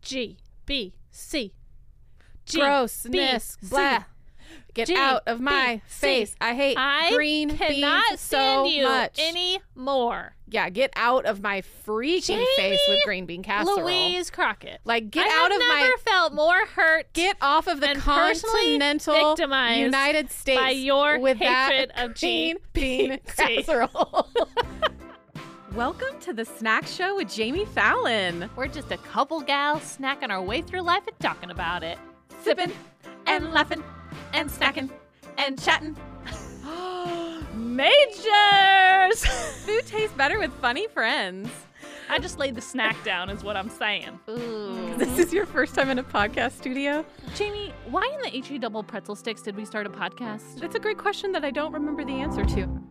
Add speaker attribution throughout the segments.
Speaker 1: G B C. G,
Speaker 2: Grossness.
Speaker 1: B, C.
Speaker 2: blah. Get
Speaker 1: G,
Speaker 2: out of my
Speaker 1: B, C.
Speaker 2: face. I hate
Speaker 1: I
Speaker 2: green
Speaker 1: cannot stand
Speaker 2: beans so
Speaker 1: you
Speaker 2: much.
Speaker 1: anymore.
Speaker 2: yeah, get out of my freaking face with green bean casserole.
Speaker 1: Louise Crockett.
Speaker 2: Like get
Speaker 1: I
Speaker 2: out
Speaker 1: have
Speaker 2: of
Speaker 1: never
Speaker 2: my
Speaker 1: felt more hurt
Speaker 2: get off of the
Speaker 1: and personally
Speaker 2: continental
Speaker 1: victimized
Speaker 2: United States
Speaker 1: by your
Speaker 2: with
Speaker 1: hatred
Speaker 2: that
Speaker 1: of G
Speaker 2: green bean
Speaker 1: C.
Speaker 2: casserole. Welcome to the snack show with Jamie Fallon.
Speaker 1: We're just a couple gals snacking our way through life and talking about it.
Speaker 2: Sipping
Speaker 1: and
Speaker 2: laughing and snacking and chatting.
Speaker 1: Majors!
Speaker 2: Food tastes better with funny friends.
Speaker 1: I just laid the snack down, is what I'm saying.
Speaker 2: This is your first time in a podcast studio?
Speaker 1: Jamie, why in the HE double pretzel sticks did we start a podcast?
Speaker 2: That's a great question that I don't remember the answer to.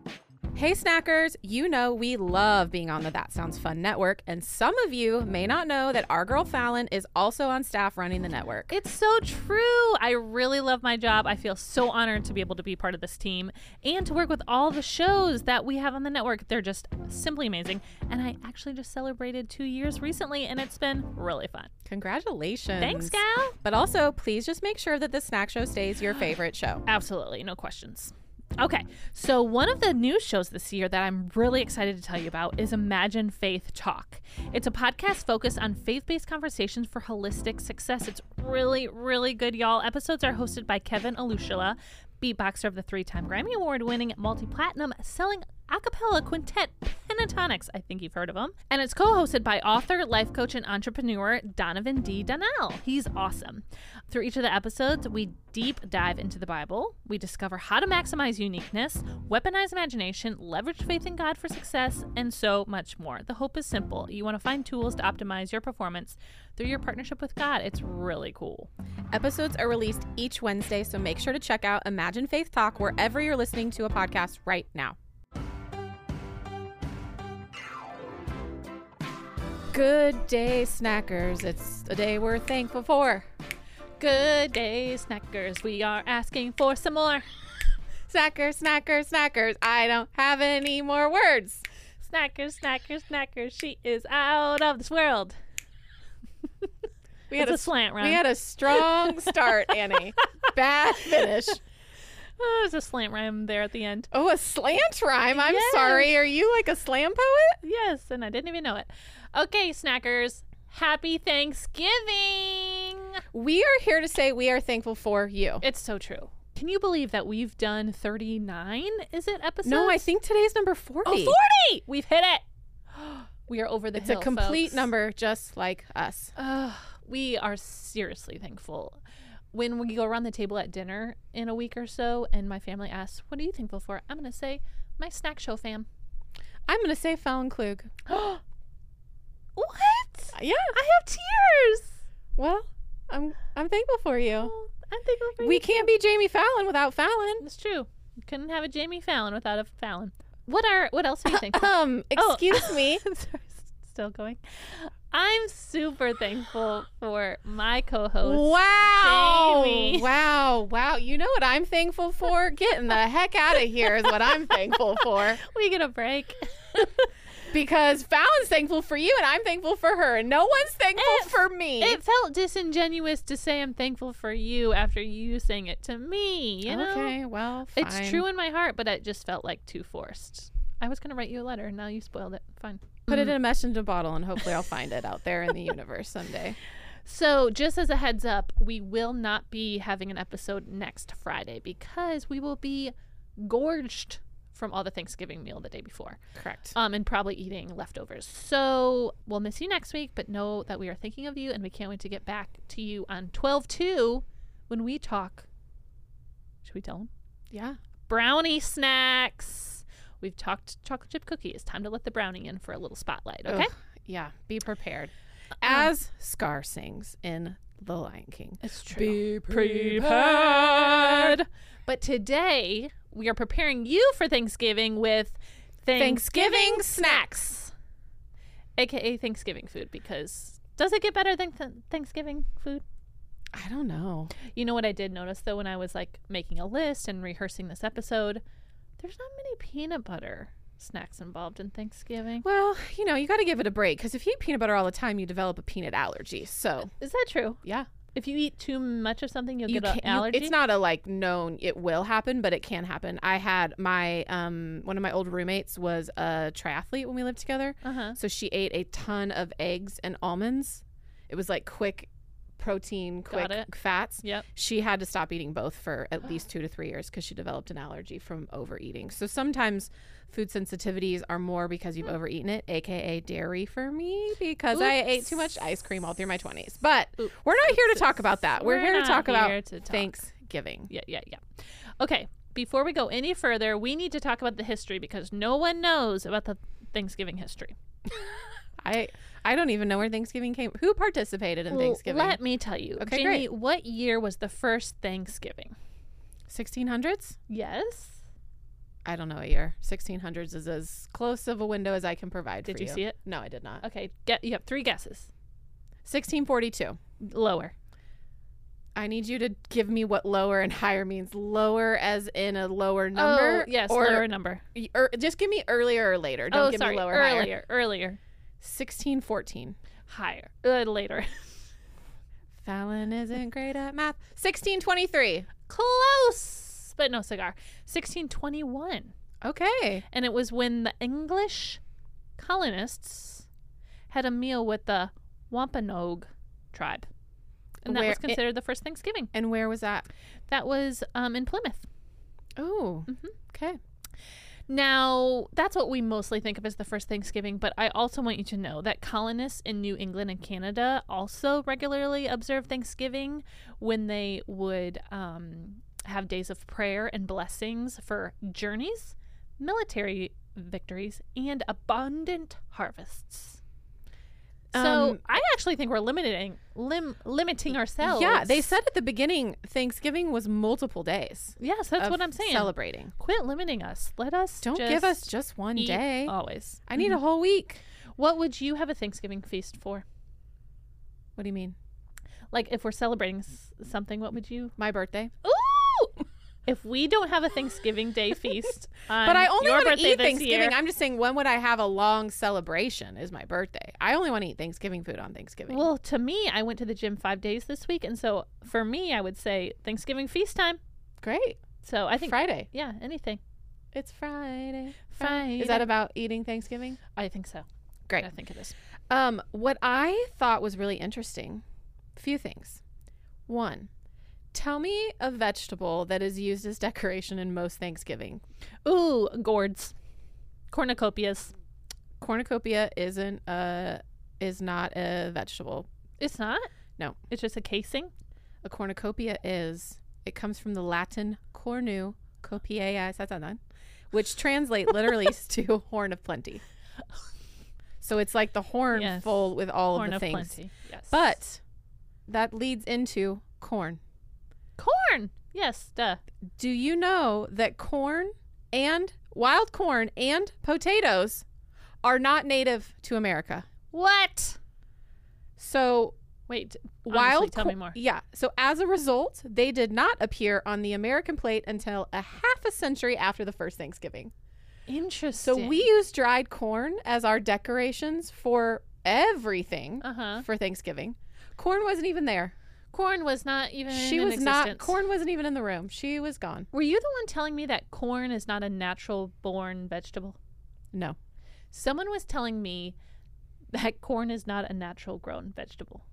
Speaker 2: Hey, snackers, you know we love being on the That Sounds Fun network, and some of you may not know that our girl Fallon is also on staff running the network.
Speaker 1: It's so true. I really love my job. I feel so honored to be able to be part of this team and to work with all the shows that we have on the network. They're just simply amazing. And I actually just celebrated two years recently, and it's been really fun.
Speaker 2: Congratulations.
Speaker 1: Thanks, gal.
Speaker 2: But also, please just make sure that the snack show stays your favorite show.
Speaker 1: Absolutely, no questions. Okay, so one of the new shows this year that I'm really excited to tell you about is Imagine Faith Talk. It's a podcast focused on faith based conversations for holistic success. It's really, really good, y'all. Episodes are hosted by Kevin Alushila, beatboxer of the three time Grammy Award winning multi platinum selling a cappella quintet Pentatonics. I think you've heard of him. And it's co hosted by author, life coach, and entrepreneur Donovan D. Donnell. He's awesome. Through each of the episodes, we deep dive into the Bible. We discover how to maximize uniqueness, weaponize imagination, leverage faith in God for success, and so much more. The hope is simple. You want to find tools to optimize your performance through your partnership with God. It's really cool.
Speaker 2: Episodes are released each Wednesday, so make sure to check out Imagine Faith Talk wherever you're listening to a podcast right now. Good day, snackers. It's a day we're thankful for.
Speaker 1: Good day, snackers. We are asking for some more.
Speaker 2: Snackers, snackers, snackers. I don't have any more words.
Speaker 1: Snackers, snackers, snackers. She is out of this world.
Speaker 2: We had
Speaker 1: It's a
Speaker 2: s-
Speaker 1: slant, Ron.
Speaker 2: We had a strong start, Annie. Bad finish.
Speaker 1: Oh, there's a slant rhyme there at the end.
Speaker 2: Oh, a slant rhyme. I'm
Speaker 1: Yes.
Speaker 2: sorry. Are you like a slam poet?
Speaker 1: Yes, and I didn't even know it. Okay, snackers, happy Thanksgiving!
Speaker 2: We are here to say we are thankful for you.
Speaker 1: It's so true. Can you believe that we've done 39? Is it episodes?
Speaker 2: No, I think today's number 40.
Speaker 1: Oh, 40! We've hit it. We are over the
Speaker 2: It's
Speaker 1: hill.
Speaker 2: a complete
Speaker 1: folks.
Speaker 2: number just like us.
Speaker 1: Ugh, we are seriously thankful. When we go around the table at dinner in a week or so and my family asks, What are you thankful for? I'm going to say, My snack show fam.
Speaker 2: I'm going to say Fallon Klug.
Speaker 1: what?
Speaker 2: Yeah.
Speaker 1: I have tears.
Speaker 2: Well, I'm I'm thankful for you.
Speaker 1: Oh, I'm thankful for
Speaker 2: We
Speaker 1: you.
Speaker 2: can't be Jamie Fallon without Fallon.
Speaker 1: It's true. Couldn't have a Jamie Fallon without a Fallon. What are what else are you thankful?
Speaker 2: Um,
Speaker 1: Oh.
Speaker 2: excuse me.
Speaker 1: I'm sorry, s- still going. I'm super thankful for my co-host.
Speaker 2: Wow.
Speaker 1: Oh, Jamie.
Speaker 2: Wow. Wow. You know what I'm thankful for? Getting the heck out of here is what I'm thankful for
Speaker 1: We get a break.
Speaker 2: because Fallon's thankful for you and I'm thankful for her and no one's thankful
Speaker 1: It-
Speaker 2: for me.
Speaker 1: It felt disingenuous to say I'm thankful for you after you sang it to me. You know,
Speaker 2: okay. Well, fine.
Speaker 1: it's true in my heart, but it just felt like too forced. I was gonna write you a letter, and now you spoiled it. Fine.
Speaker 2: Put it in a mesh in a bottle and hopefully I'll find it out there in the universe someday.
Speaker 1: So, just as a heads up, we will not be having an episode next Friday because we will be gorged from all the Thanksgiving meal the day before,
Speaker 2: Correct.
Speaker 1: um, and probably eating leftovers. So, we'll miss you next week, but know that we are thinking of you and we can't wait to get back to you on 12 2 when we talk. Should we tell them?
Speaker 2: Yeah.
Speaker 1: Brownie snacks. We've talked chocolate chip cookie. It's time to let the brownie in for a little spotlight, okay?
Speaker 2: Ugh, yeah. Be prepared. As Scar sings in The Lion King.
Speaker 1: It's
Speaker 2: Be
Speaker 1: prepared. But today we are preparing you for Thanksgiving with
Speaker 2: Thanksgiving snacks.
Speaker 1: aka Thanksgiving food, because does it get better than th- Thanksgiving food?
Speaker 2: I don't know.
Speaker 1: You know what I did notice though when I was like making a list and rehearsing this episode? There's not many peanut butter snacks involved in Thanksgiving.
Speaker 2: Well, you know, you got to give it a break because if you eat peanut butter all the time, you develop a peanut allergy. So,
Speaker 1: Is that true?
Speaker 2: yeah.
Speaker 1: If you eat too much of something, you'll
Speaker 2: you
Speaker 1: get an
Speaker 2: can't- you-
Speaker 1: allergy.
Speaker 2: it's not a like known it will happen, but it can happen. I had my um one of my old roommates was a triathlete when we lived together.
Speaker 1: Uh huh.
Speaker 2: So she ate a ton of eggs and almonds. It was like quick protein,
Speaker 1: Got
Speaker 2: quick
Speaker 1: it.
Speaker 2: fats.
Speaker 1: Yep.
Speaker 2: She had to stop eating both for at least two to three years because she developed an allergy from overeating. So sometimes food sensitivities are more because
Speaker 1: Hmm.
Speaker 2: you've overeaten it, aka dairy for me, because I ate too much ice cream all through my 20s. But
Speaker 1: Oops.
Speaker 2: we're not here to talk about that. We're,
Speaker 1: We're
Speaker 2: here to
Speaker 1: not
Speaker 2: talk
Speaker 1: here
Speaker 2: about
Speaker 1: to talk.
Speaker 2: Thanksgiving.
Speaker 1: Yeah, yeah, yeah. Okay. Before we go any further, we need to talk about the history because no one knows about the Thanksgiving history.
Speaker 2: I I don't even know where Thanksgiving came. Who participated in
Speaker 1: Well,
Speaker 2: Thanksgiving?
Speaker 1: Let me tell you.
Speaker 2: Okay,
Speaker 1: Jamie, what year was the first Thanksgiving?
Speaker 2: 1600s?
Speaker 1: Yes.
Speaker 2: I don't know a year. 1600s is as close of a window as I can provide
Speaker 1: Did
Speaker 2: for
Speaker 1: you
Speaker 2: you.
Speaker 1: see it?
Speaker 2: No, I did not.
Speaker 1: Okay, get you have three guesses.
Speaker 2: 1642.
Speaker 1: Lower.
Speaker 2: I need you to give me what lower and higher means. Lower as in a lower number?
Speaker 1: Oh, yes,
Speaker 2: or,
Speaker 1: lower number.
Speaker 2: or- just give me earlier or later. Don't
Speaker 1: oh,
Speaker 2: give
Speaker 1: sorry.
Speaker 2: me lower or higher.
Speaker 1: earlier, earlier.
Speaker 2: 1614.
Speaker 1: Higher. Uh, later.
Speaker 2: Fallon isn't great at math. 1623.
Speaker 1: Close, but no cigar. 1621.
Speaker 2: Okay.
Speaker 1: And it was when the English colonists had a meal with the Wampanoag tribe. And that
Speaker 2: Where-
Speaker 1: was considered the first Thanksgiving.
Speaker 2: And where was that?
Speaker 1: That was um, in Plymouth.
Speaker 2: Oh,
Speaker 1: Mhm.
Speaker 2: okay.
Speaker 1: Now, that's what we mostly think of as the first Thanksgiving, but I also want you to know that colonists in New England and Canada also regularly observed Thanksgiving when they would um, have days of prayer and blessings for journeys, military victories, and abundant harvests. So
Speaker 2: Um,
Speaker 1: I actually think we're limiting lim- limiting ourselves.
Speaker 2: Yeah, they said at the beginning Thanksgiving was multiple days.
Speaker 1: yes. That's
Speaker 2: of
Speaker 1: what I'm saying.
Speaker 2: Celebrating.
Speaker 1: Quit limiting us. Let us
Speaker 2: Don't
Speaker 1: just
Speaker 2: give us just one
Speaker 1: eat Mm-hmm.
Speaker 2: day.
Speaker 1: always.
Speaker 2: I need a whole week.
Speaker 1: What would you have a Thanksgiving feast for?
Speaker 2: What do you mean?
Speaker 1: Like, if we're celebrating s- something, what would you?
Speaker 2: My birthday.
Speaker 1: Ooh! if we don't have a Thanksgiving Day feast, on
Speaker 2: But I only
Speaker 1: Um, your
Speaker 2: want to
Speaker 1: birthday
Speaker 2: eat
Speaker 1: this
Speaker 2: Thanksgiving.
Speaker 1: year-
Speaker 2: I'm just saying, when would I have a long celebration? Is my birthday? I only want to eat Thanksgiving food on Thanksgiving.
Speaker 1: Well, to me, I went to the gym five days this week, and so for me, I would say Thanksgiving feast time.
Speaker 2: great.
Speaker 1: So I think,
Speaker 2: Friday.
Speaker 1: yeah, anything.
Speaker 2: It's Friday.
Speaker 1: Friday.
Speaker 2: Is that about eating Thanksgiving?
Speaker 1: I think so.
Speaker 2: Great.
Speaker 1: I think it is.
Speaker 2: Um, what I thought was really interesting. Few things. One, tell me a vegetable that is used as decoration in most Thanksgiving.
Speaker 1: Ooh, gourds, cornucopias.
Speaker 2: Cornucopia isn't a is not a vegetable.
Speaker 1: It's not.
Speaker 2: No.
Speaker 1: it's just a casing.
Speaker 2: A cornucopia is. It comes from the Latin cornu copiae satanan, which translate literally to horn of plenty. So it's like the horn
Speaker 1: Yes.
Speaker 2: full with all
Speaker 1: Corn
Speaker 2: of the
Speaker 1: of
Speaker 2: things.
Speaker 1: plenty. Yes,
Speaker 2: But that leads into corn.
Speaker 1: corn. Yes, duh.
Speaker 2: Do you know that corn and wild corn and potatoes are not native to America?
Speaker 1: What?
Speaker 2: So
Speaker 1: Wait,
Speaker 2: wild
Speaker 1: tell me
Speaker 2: cor-
Speaker 1: more.
Speaker 2: Yeah. So as a result, they did not appear on the American plate until a half a century after the first Thanksgiving. So
Speaker 1: Interesting.
Speaker 2: we use dried corn as our decorations for everything
Speaker 1: uh huh.
Speaker 2: for Thanksgiving. Corn wasn't even there.
Speaker 1: Corn was not even.
Speaker 2: She
Speaker 1: in
Speaker 2: was not
Speaker 1: existence.
Speaker 2: corn wasn't even in the room. She was gone.
Speaker 1: Were you the one telling me that corn is not a natural born vegetable?
Speaker 2: No.
Speaker 1: Someone was telling me that corn is not a natural grown vegetable,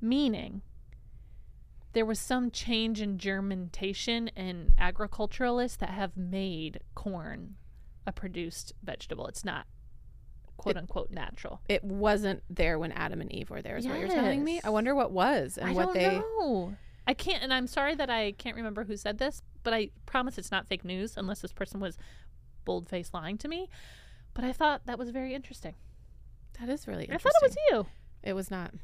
Speaker 1: meaning there was some change in germination and agriculturalists that have made corn a produced vegetable. It's not quote unquote natural.
Speaker 2: It wasn't there when Adam and Eve were there is what you're telling me.
Speaker 1: Yes.
Speaker 2: I wonder what was and
Speaker 1: I
Speaker 2: what
Speaker 1: don't
Speaker 2: they
Speaker 1: know. I can't, and I'm sorry that I can't remember who said this, but I promise it's not fake news unless this person was bold faced lying to me. But I thought that was very interesting.
Speaker 2: That is really
Speaker 1: I
Speaker 2: interesting.
Speaker 1: thought it was you.
Speaker 2: it was not.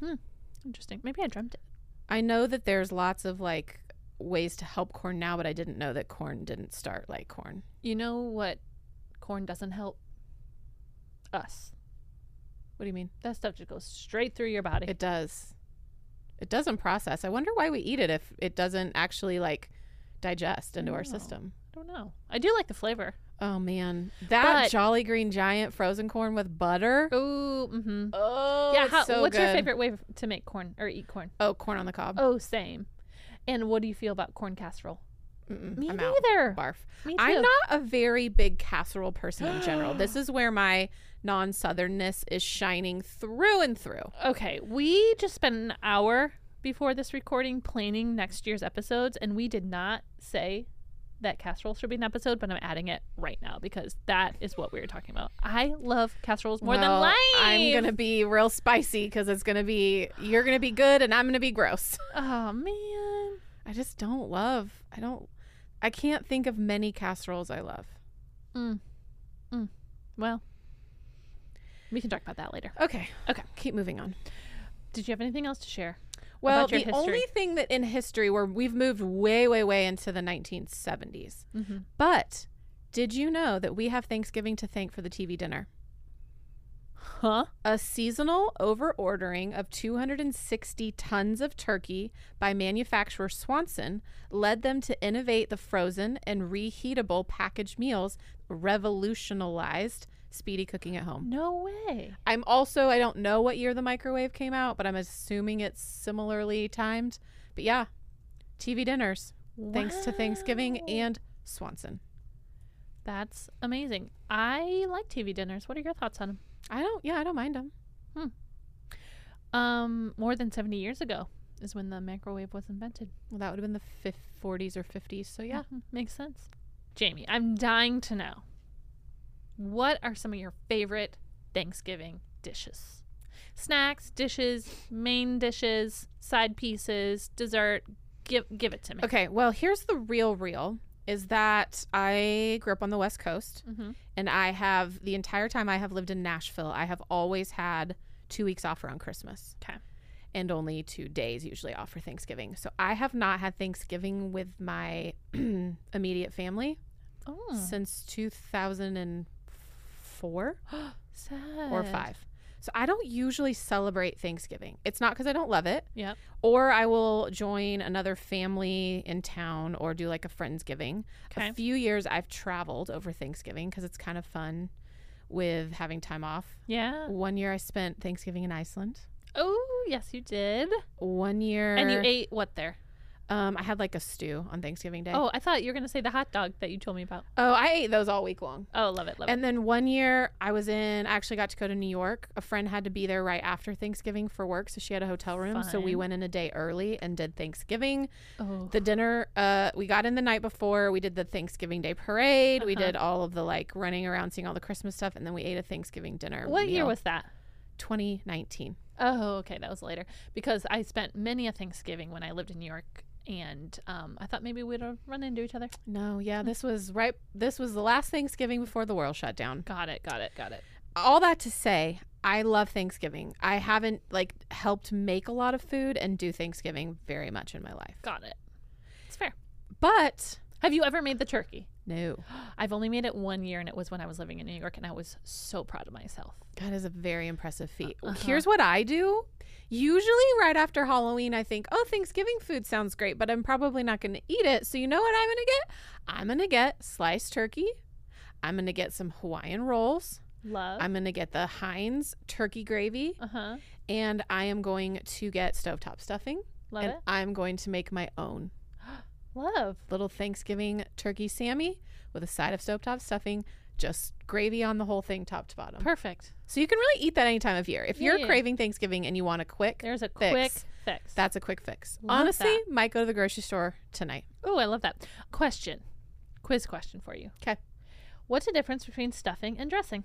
Speaker 1: Interesting. Maybe I dreamt it.
Speaker 2: I know that there's lots of like ways to help corn now, but I didn't know that corn didn't start like corn.
Speaker 1: You know what? Corn doesn't help us.
Speaker 2: What do you mean?
Speaker 1: That stuff just goes straight through your body.
Speaker 2: It does. It doesn't process. I wonder why we eat it if it doesn't actually like digest into
Speaker 1: know.
Speaker 2: our system.
Speaker 1: don't know. I do like the flavor.
Speaker 2: Oh man, that
Speaker 1: But-
Speaker 2: Jolly Green Giant frozen corn with butter.
Speaker 1: Ooh, mm-hmm.
Speaker 2: Oh,
Speaker 1: yeah.
Speaker 2: it's
Speaker 1: How,
Speaker 2: so
Speaker 1: what's your
Speaker 2: good.
Speaker 1: favorite way f- to make corn or eat corn?
Speaker 2: Oh, corn on the cob.
Speaker 1: Oh, same. And what do you feel about corn casserole?
Speaker 2: Mm-mm,
Speaker 1: Me
Speaker 2: I'm out.
Speaker 1: neither.
Speaker 2: Barf.
Speaker 1: Me too.
Speaker 2: I'm not a very big casserole person in general. This is where my non-southernness is shining through and through.
Speaker 1: Okay, we just spent an hour before this recording planning next year's episodes, and we did not say that casserole should be an episode, but I'm adding it right now because that is what we were talking about. I love casseroles more than
Speaker 2: Well,
Speaker 1: life.
Speaker 2: I'm gonna be real spicy because it's gonna be you're gonna be good and I'm gonna be gross.
Speaker 1: Oh man.
Speaker 2: I just don't love. I don't. I can't think of many casseroles I love.
Speaker 1: Mm, Well, we can talk about that later.
Speaker 2: Okay.
Speaker 1: Okay.
Speaker 2: Keep moving on.
Speaker 1: Did you have anything else to share?
Speaker 2: Well,
Speaker 1: about
Speaker 2: the
Speaker 1: your history?
Speaker 2: only thing that in history where we've moved way, way, way into the 1970s.
Speaker 1: Mm-hmm.
Speaker 2: But did you know that we have Thanksgiving to thank for the TV dinner?
Speaker 1: Huh?
Speaker 2: A seasonal over ordering of 260 tons of turkey by manufacturer Swanson led them to innovate the frozen and reheatable packaged meals, revolutionized speedy cooking at home.
Speaker 1: No way.
Speaker 2: I'm also, I don't know what year the microwave came out, but I'm assuming it's similarly timed. But yeah, TV dinners, thanks to Thanksgiving
Speaker 1: Wow.
Speaker 2: and Swanson.
Speaker 1: That's amazing. I like TV dinners. What are your thoughts on them?
Speaker 2: I don't, yeah, I don't mind them.
Speaker 1: Um, more than 70 years ago is when the microwave was invented.
Speaker 2: Well, that would have been the fif- 40s or 50s. So yeah.
Speaker 1: Mhm, makes sense. Jamie, I'm dying to know. What are some of your favorite Thanksgiving dishes? Snacks, dishes, main dishes, side pieces, dessert. Give give it to me.
Speaker 2: Okay, well, here's the real, real is that I grew up on the West Coast
Speaker 1: Mm-hmm.
Speaker 2: and I have, the entire time I have lived in Nashville, I have always had two weeks off around Christmas.
Speaker 1: Okay.
Speaker 2: and only two days usually off for Thanksgiving. So I have not had Thanksgiving with my immediate family
Speaker 1: Oh,
Speaker 2: since 2004
Speaker 1: sad.
Speaker 2: or five. So I don't usually celebrate Thanksgiving. It's not because I don't love it,
Speaker 1: Yep.
Speaker 2: or I will join another family in town or do like a friendsgiving.
Speaker 1: Okay.
Speaker 2: A few years I've traveled over Thanksgiving because it's kind of fun with having time off.
Speaker 1: Yeah.
Speaker 2: One year I spent Thanksgiving in Iceland.
Speaker 1: Oh, yes, you did.
Speaker 2: One year
Speaker 1: And you ate what there?
Speaker 2: Um, I had like a stew on Thanksgiving Day. Oh,
Speaker 1: Oh, I thought you were gonna say the hot dog that you told me about.
Speaker 2: I ate those all week long.
Speaker 1: Oh, love it, love
Speaker 2: And then one year I was in, I actually got to go to New York. A friend had to be there right after Thanksgiving for work, so she had a hotel room. So we
Speaker 1: Fun.
Speaker 2: went in a day early and did Thanksgiving.
Speaker 1: it. Oh,
Speaker 2: The dinner, uh, we got in the night before. We did the Thanksgiving Day parade. We
Speaker 1: Uh-huh.
Speaker 2: did all of the like running around, seeing all the Christmas stuff, and then we ate a Thanksgiving dinner.
Speaker 1: what year
Speaker 2: meal.
Speaker 1: was that?
Speaker 2: 2019?
Speaker 1: Oh, okay, that was later because I spent many a Thanksgiving when I lived in New York, and um, I thought maybe we'd uh, run into each other.
Speaker 2: No, yeah, this was right. This was the last Thanksgiving before the world shut down.
Speaker 1: Got it, got it, got it.
Speaker 2: all that to say, I love Thanksgiving. I haven't like helped make a lot of food and do Thanksgiving very much in my life.
Speaker 1: Got it. It's fair.
Speaker 2: But
Speaker 1: Have you ever made the turkey?
Speaker 2: no,
Speaker 1: I've only made it one year, and it was when I was living in New York, and I was so proud of myself.
Speaker 2: that is a very impressive feat.
Speaker 1: Uh-huh.
Speaker 2: Here's what I do. Usually right after Halloween, I think, "Oh, Thanksgiving food sounds great, but I'm probably not going to eat it." So you know what I'm going to get? I'm going to get sliced turkey. I'm going to get some Hawaiian rolls.
Speaker 1: Love.
Speaker 2: I'm going to get the Heinz turkey gravy,
Speaker 1: Uh huh.
Speaker 2: and I am going to get stovetop stuffing,
Speaker 1: Love
Speaker 2: and
Speaker 1: it.
Speaker 2: I'm going to make my own.
Speaker 1: Love.
Speaker 2: little Thanksgiving turkey Sammy with a side of stovetop stuffing, just gravy on the whole thing, top to bottom.
Speaker 1: Perfect.
Speaker 2: So you can really eat that any time of year. If
Speaker 1: Yeah,
Speaker 2: you're
Speaker 1: yeah.
Speaker 2: craving Thanksgiving and you want a quick,
Speaker 1: There's a
Speaker 2: Fix.
Speaker 1: quick fix.
Speaker 2: that's a quick fix.
Speaker 1: Love
Speaker 2: Honestly,
Speaker 1: that.
Speaker 2: might go to the grocery store tonight.
Speaker 1: Oh, I love that. Question. Quiz question for you.
Speaker 2: 'Kay.
Speaker 1: What's the difference between stuffing and dressing?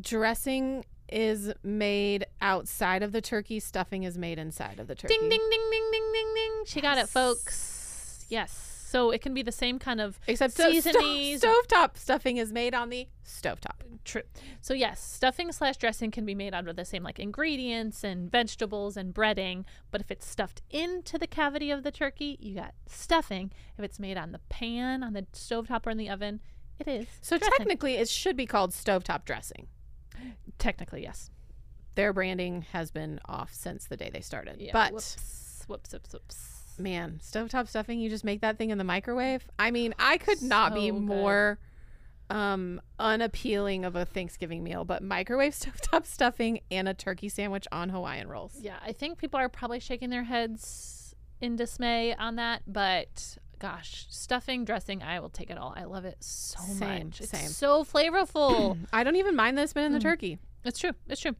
Speaker 2: Dressing is made outside of the turkey, stuffing is made inside of the turkey.
Speaker 1: Ding, ding, ding, ding, ding, ding, ding. She got it,
Speaker 2: Yes.
Speaker 1: folks. Mm-hmm. Yes. So it can be the same kind of
Speaker 2: Except sto- sto-
Speaker 1: Seasonings.
Speaker 2: stovetop stuffing is made on the stovetop.
Speaker 1: true. So yes, stuffing slash dressing can be made out of the same like ingredients and vegetables and breading. But if it's stuffed into the cavity of the turkey, you got stuffing. If it's made on the pan, on the stovetop, or in the oven, it is.
Speaker 2: So
Speaker 1: dressing.
Speaker 2: technically, it should be called stovetop dressing.
Speaker 1: technically, yes.
Speaker 2: Their branding has been off since the day they started.
Speaker 1: Yeah.
Speaker 2: but
Speaker 1: whoops, whoops, whoops, whoops.
Speaker 2: Man, stovetop stuffing, you just make that thing in the microwave. I mean, I could not be
Speaker 1: So good.
Speaker 2: more um unappealing of a Thanksgiving meal, but microwave stovetop stuffing and a turkey sandwich on Hawaiian rolls.
Speaker 1: Yeah, I think people are probably shaking their heads in dismay on that, but gosh, stuffing, dressing, I will take it all. I love it so
Speaker 2: Same,
Speaker 1: much. It's
Speaker 2: same.
Speaker 1: so flavorful.
Speaker 2: I don't even mind that it's been in the
Speaker 1: Mm.
Speaker 2: turkey.
Speaker 1: it's true. It's true.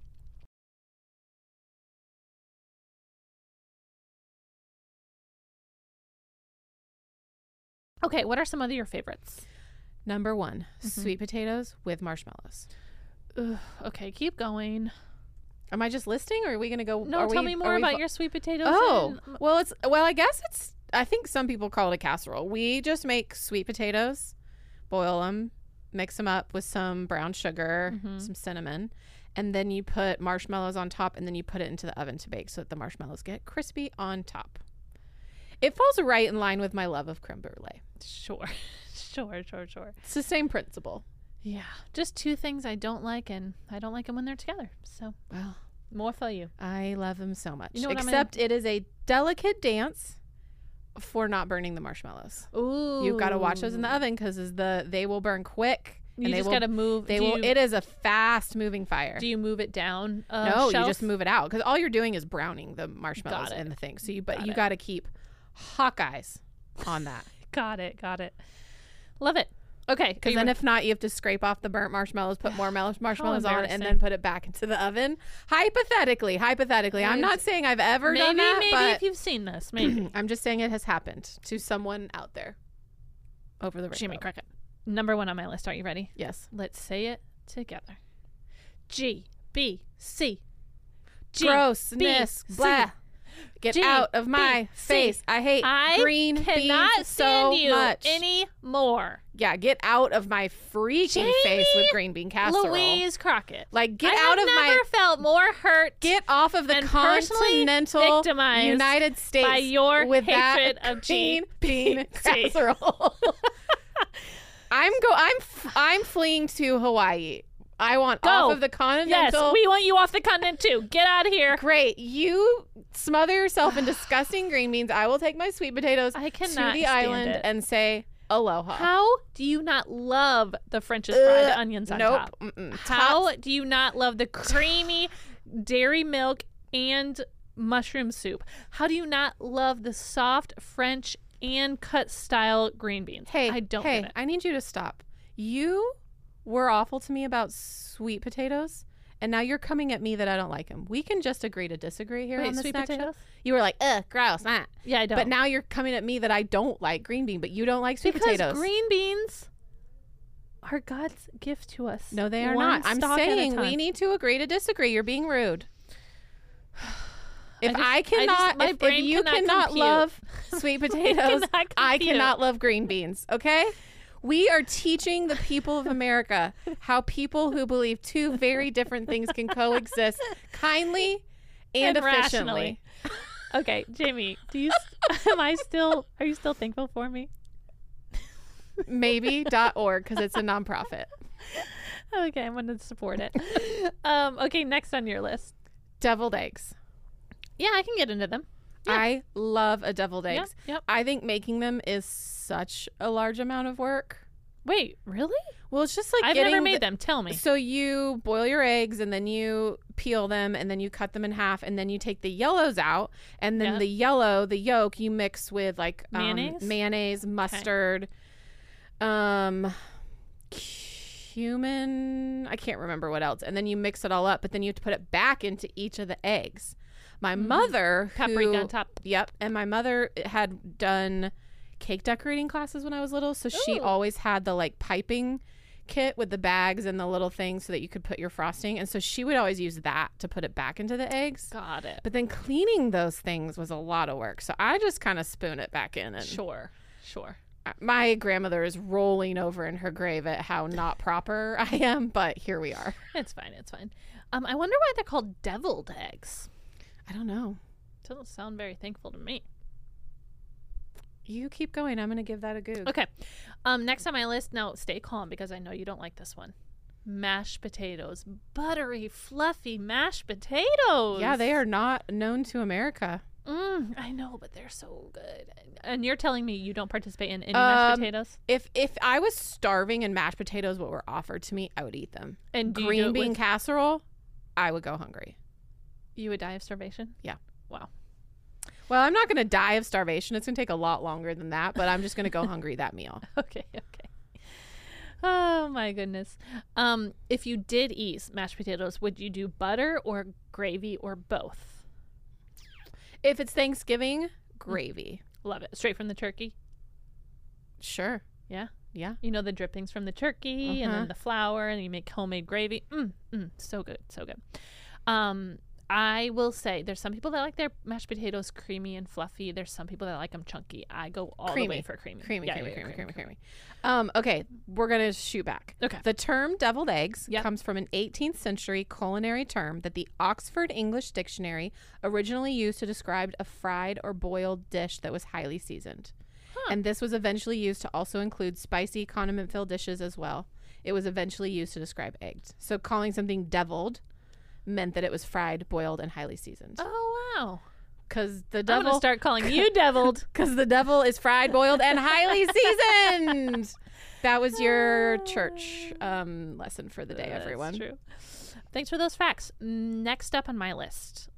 Speaker 1: Okay, what are some other your favorites?
Speaker 2: Number one,
Speaker 1: Mhm.
Speaker 2: sweet potatoes with marshmallows.
Speaker 1: Ugh, okay, keep going.
Speaker 2: Am I just listing or are we gonna go
Speaker 1: No,
Speaker 2: are
Speaker 1: tell
Speaker 2: we-
Speaker 1: me
Speaker 2: are
Speaker 1: more
Speaker 2: we
Speaker 1: about
Speaker 2: fo-
Speaker 1: your sweet potatoes.
Speaker 2: Oh,
Speaker 1: and-
Speaker 2: well, it's well, I guess it's. I think some people call it a casserole. We just make sweet potatoes, boil them, mix them up with some brown sugar,
Speaker 1: Mhm.
Speaker 2: some cinnamon, and then you put marshmallows on top, and then you put it into the oven to bake so that the marshmallows get crispy on top. It falls right in line with my love of creme brulee.
Speaker 1: sure. sure, sure, sure.
Speaker 2: It's the same principle.
Speaker 1: Yeah, just two things I don't like, and I don't like them when they're together. So
Speaker 2: Well,
Speaker 1: more for you.
Speaker 2: I love them so much.
Speaker 1: You know what I'm gonna-
Speaker 2: Except it is a delicate dance for not burning the marshmallows.
Speaker 1: Ooh,
Speaker 2: You've got to watch those in the oven because is the they will burn quick.
Speaker 1: You
Speaker 2: and they
Speaker 1: just
Speaker 2: will,
Speaker 1: gotta move.
Speaker 2: They
Speaker 1: do
Speaker 2: will.
Speaker 1: You,
Speaker 2: it is a fast moving fire.
Speaker 1: do you move it down? A
Speaker 2: no,
Speaker 1: shelf?
Speaker 2: you just move it out because all you're doing is browning the marshmallows
Speaker 1: Got it.
Speaker 2: and the thing. So you, but
Speaker 1: Got
Speaker 2: you
Speaker 1: it.
Speaker 2: got to keep hawk eyes on that
Speaker 1: Got it. Got it. Love it. Okay,
Speaker 2: because then if not, you have to scrape off the burnt marshmallows, put more mar- marshmallows on, and then
Speaker 1: embarrassing.
Speaker 2: put it back into the oven. Hypothetically, hypothetically, I'm
Speaker 1: Right.
Speaker 2: not saying I've ever
Speaker 1: maybe
Speaker 2: done that,
Speaker 1: maybe
Speaker 2: but
Speaker 1: if you've seen this, maybe
Speaker 2: I'm just saying it has happened to someone out there over the
Speaker 1: Jimmy
Speaker 2: rainbow.
Speaker 1: Cricket. Number one on my list. Are you ready?
Speaker 2: Yes,
Speaker 1: Let's say it together. G B C. G,
Speaker 2: grossness,
Speaker 1: B, C.
Speaker 2: blah. Get
Speaker 1: G,
Speaker 2: out of
Speaker 1: B,
Speaker 2: my
Speaker 1: C.
Speaker 2: face. I hate
Speaker 1: I
Speaker 2: green
Speaker 1: cannot
Speaker 2: beans
Speaker 1: stand
Speaker 2: so
Speaker 1: you
Speaker 2: much.
Speaker 1: anymore.
Speaker 2: yeah, get out of my freaking face with
Speaker 1: Jamie
Speaker 2: green bean casserole.
Speaker 1: Louise Crockett.
Speaker 2: Like
Speaker 1: I
Speaker 2: get
Speaker 1: have
Speaker 2: out of
Speaker 1: never
Speaker 2: my
Speaker 1: felt more hurt
Speaker 2: get off of the
Speaker 1: been personally
Speaker 2: continental
Speaker 1: victimized
Speaker 2: United States
Speaker 1: by your
Speaker 2: with
Speaker 1: hatred
Speaker 2: that
Speaker 1: of
Speaker 2: green
Speaker 1: G
Speaker 2: bean
Speaker 1: C.
Speaker 2: casserole. I'm go I'm f- I'm fleeing to Hawaii. I want
Speaker 1: Go.
Speaker 2: off of the
Speaker 1: Yes,
Speaker 2: continental
Speaker 1: we want you off the continent too. Get out of here.
Speaker 2: Great. You smother yourself in disgusting green beans. I will take my sweet potatoes
Speaker 1: I
Speaker 2: to
Speaker 1: cannot
Speaker 2: the
Speaker 1: stand
Speaker 2: island
Speaker 1: it.
Speaker 2: and say aloha.
Speaker 1: How do you not love the French's fried
Speaker 2: Ugh,
Speaker 1: onions on
Speaker 2: Uh, nope.
Speaker 1: top?
Speaker 2: Mm-mm. Top-
Speaker 1: How do you not love the creamy dairy milk and mushroom soup? How do you not love the soft French and cut style green beans?
Speaker 2: Hey,
Speaker 1: I don't
Speaker 2: hey,
Speaker 1: get it.
Speaker 2: I need you to stop. You were awful to me about sweet potatoes, and now you're coming at me that I don't like them. We can just agree to disagree here
Speaker 1: Wait,
Speaker 2: on the
Speaker 1: sweet
Speaker 2: snack show.
Speaker 1: potatoes?
Speaker 2: You were like, ugh, gross. ah."
Speaker 1: Yeah, I don't.
Speaker 2: But now you're coming at me that I don't like green bean, but you don't like sweet
Speaker 1: because
Speaker 2: potatoes.
Speaker 1: green beans are God's gift to us.
Speaker 2: no, they are
Speaker 1: One
Speaker 2: not. I'm
Speaker 1: stalk at a
Speaker 2: saying we
Speaker 1: time.
Speaker 2: need to agree to disagree. You're being rude. If
Speaker 1: just-
Speaker 2: I,
Speaker 1: I just-
Speaker 2: cannot,
Speaker 1: my
Speaker 2: if- if,
Speaker 1: brain
Speaker 2: you
Speaker 1: cannot
Speaker 2: cannot
Speaker 1: compute.
Speaker 2: love sweet potatoes,
Speaker 1: cannot
Speaker 2: I
Speaker 1: compute.
Speaker 2: cannot love green beans. Okay, we are teaching the people of America how people who believe two very different things can coexist kindly and,
Speaker 1: And
Speaker 2: efficiently.
Speaker 1: rationally. Okay, Jamie, do you am I still are you still thankful for me?
Speaker 2: Maybe dot org because it's a nonprofit.
Speaker 1: Okay, I'm gonna support it. um, okay, next on your list.
Speaker 2: Deviled eggs.
Speaker 1: Yeah, I can get into them. Yeah.
Speaker 2: I love a deviled
Speaker 1: Yeah,
Speaker 2: eggs.
Speaker 1: yep.
Speaker 2: I think making them is such a large amount of work.
Speaker 1: Wait, really?
Speaker 2: Well, it's just like
Speaker 1: I've
Speaker 2: getting
Speaker 1: never
Speaker 2: the-
Speaker 1: made them. Tell me.
Speaker 2: So you boil your eggs and then you peel them and then you cut them in half and then you take the yellows out and then
Speaker 1: Yeah.
Speaker 2: the yellow, the yolk, you mix with like um,
Speaker 1: Mayonnaise?
Speaker 2: mayonnaise, mustard, um, cumin. I can't remember what else. And then you mix it all up, but then you have to put it back into each of the eggs. My mother,
Speaker 1: Mm-hmm. Paprika
Speaker 2: who-
Speaker 1: on top.
Speaker 2: Yep. And my mother had done cake decorating classes when I was little. So she
Speaker 1: Ooh.
Speaker 2: always had the like piping kit with the bags and the little thing so that you could put your frosting. And so she would always use that to put it back into the eggs.
Speaker 1: Got it.
Speaker 2: But then cleaning those things was a lot of work. So I just kind of spoon it back in. And
Speaker 1: Sure. Sure.
Speaker 2: my grandmother is rolling over in her grave at how not proper I am, but here we are.
Speaker 1: It's fine. It's fine. Um, I wonder why they're called deviled eggs.
Speaker 2: I don't know.
Speaker 1: Doesn't sound very thankful to me.
Speaker 2: You keep going. I'm going to give that a goog.
Speaker 1: Okay. Um, next on my list. Now, stay calm because I know you don't like this one. Mashed potatoes, buttery, fluffy mashed potatoes.
Speaker 2: Yeah, they are not known to America.
Speaker 1: Mm, Mm, I know, but they're so good. And you're telling me you don't participate in any
Speaker 2: Um,
Speaker 1: mashed potatoes?
Speaker 2: If if I was starving and mashed potatoes what were offered to me, I would eat them.
Speaker 1: And do you, do
Speaker 2: Green
Speaker 1: it
Speaker 2: bean
Speaker 1: with-
Speaker 2: casserole, I would go hungry.
Speaker 1: you would die of starvation?
Speaker 2: Yeah.
Speaker 1: Wow.
Speaker 2: Well, I'm not going to die of starvation. It's going to take a lot longer than that, but I'm just going to go hungry that meal.
Speaker 1: Okay. Okay. Oh my goodness. Um, if you did eat mashed potatoes, would you do butter or gravy or both?
Speaker 2: If it's Thanksgiving, gravy.
Speaker 1: Love it. Straight from the turkey.
Speaker 2: Sure.
Speaker 1: Yeah.
Speaker 2: Yeah.
Speaker 1: You know the drippings from the turkey and
Speaker 2: Uh-huh.
Speaker 1: then the flour, and you make homemade gravy. Mm, mm, so good, so good. Um, I will say there's some people that like their mashed potatoes creamy and fluffy. There's some people that like them chunky. I go all the
Speaker 2: Creamy.
Speaker 1: way for creamy.
Speaker 2: Creamy,
Speaker 1: Yeah,
Speaker 2: creamy,
Speaker 1: yeah,
Speaker 2: creamy, creamy, creamy, Um, okay, we're going to shoot back.
Speaker 1: Okay.
Speaker 2: The term deviled eggs
Speaker 1: Yep.
Speaker 2: comes from an 18th century culinary term that the Oxford English Dictionary originally used to describe a fried or boiled dish that was highly seasoned.
Speaker 1: Huh.
Speaker 2: And this was eventually used to also include spicy condiment filled dishes as well. It was eventually used to describe eggs. So calling something deviled meant that it was fried, boiled, and highly seasoned.
Speaker 1: Oh wow!
Speaker 2: Because the
Speaker 1: I'm gonna
Speaker 2: devil
Speaker 1: start calling you deviled.
Speaker 2: because the devil is fried, boiled, and highly seasoned. That was your church um, lesson for the day,
Speaker 1: That's
Speaker 2: everyone.
Speaker 1: True. Thanks for those facts. Next up on my list,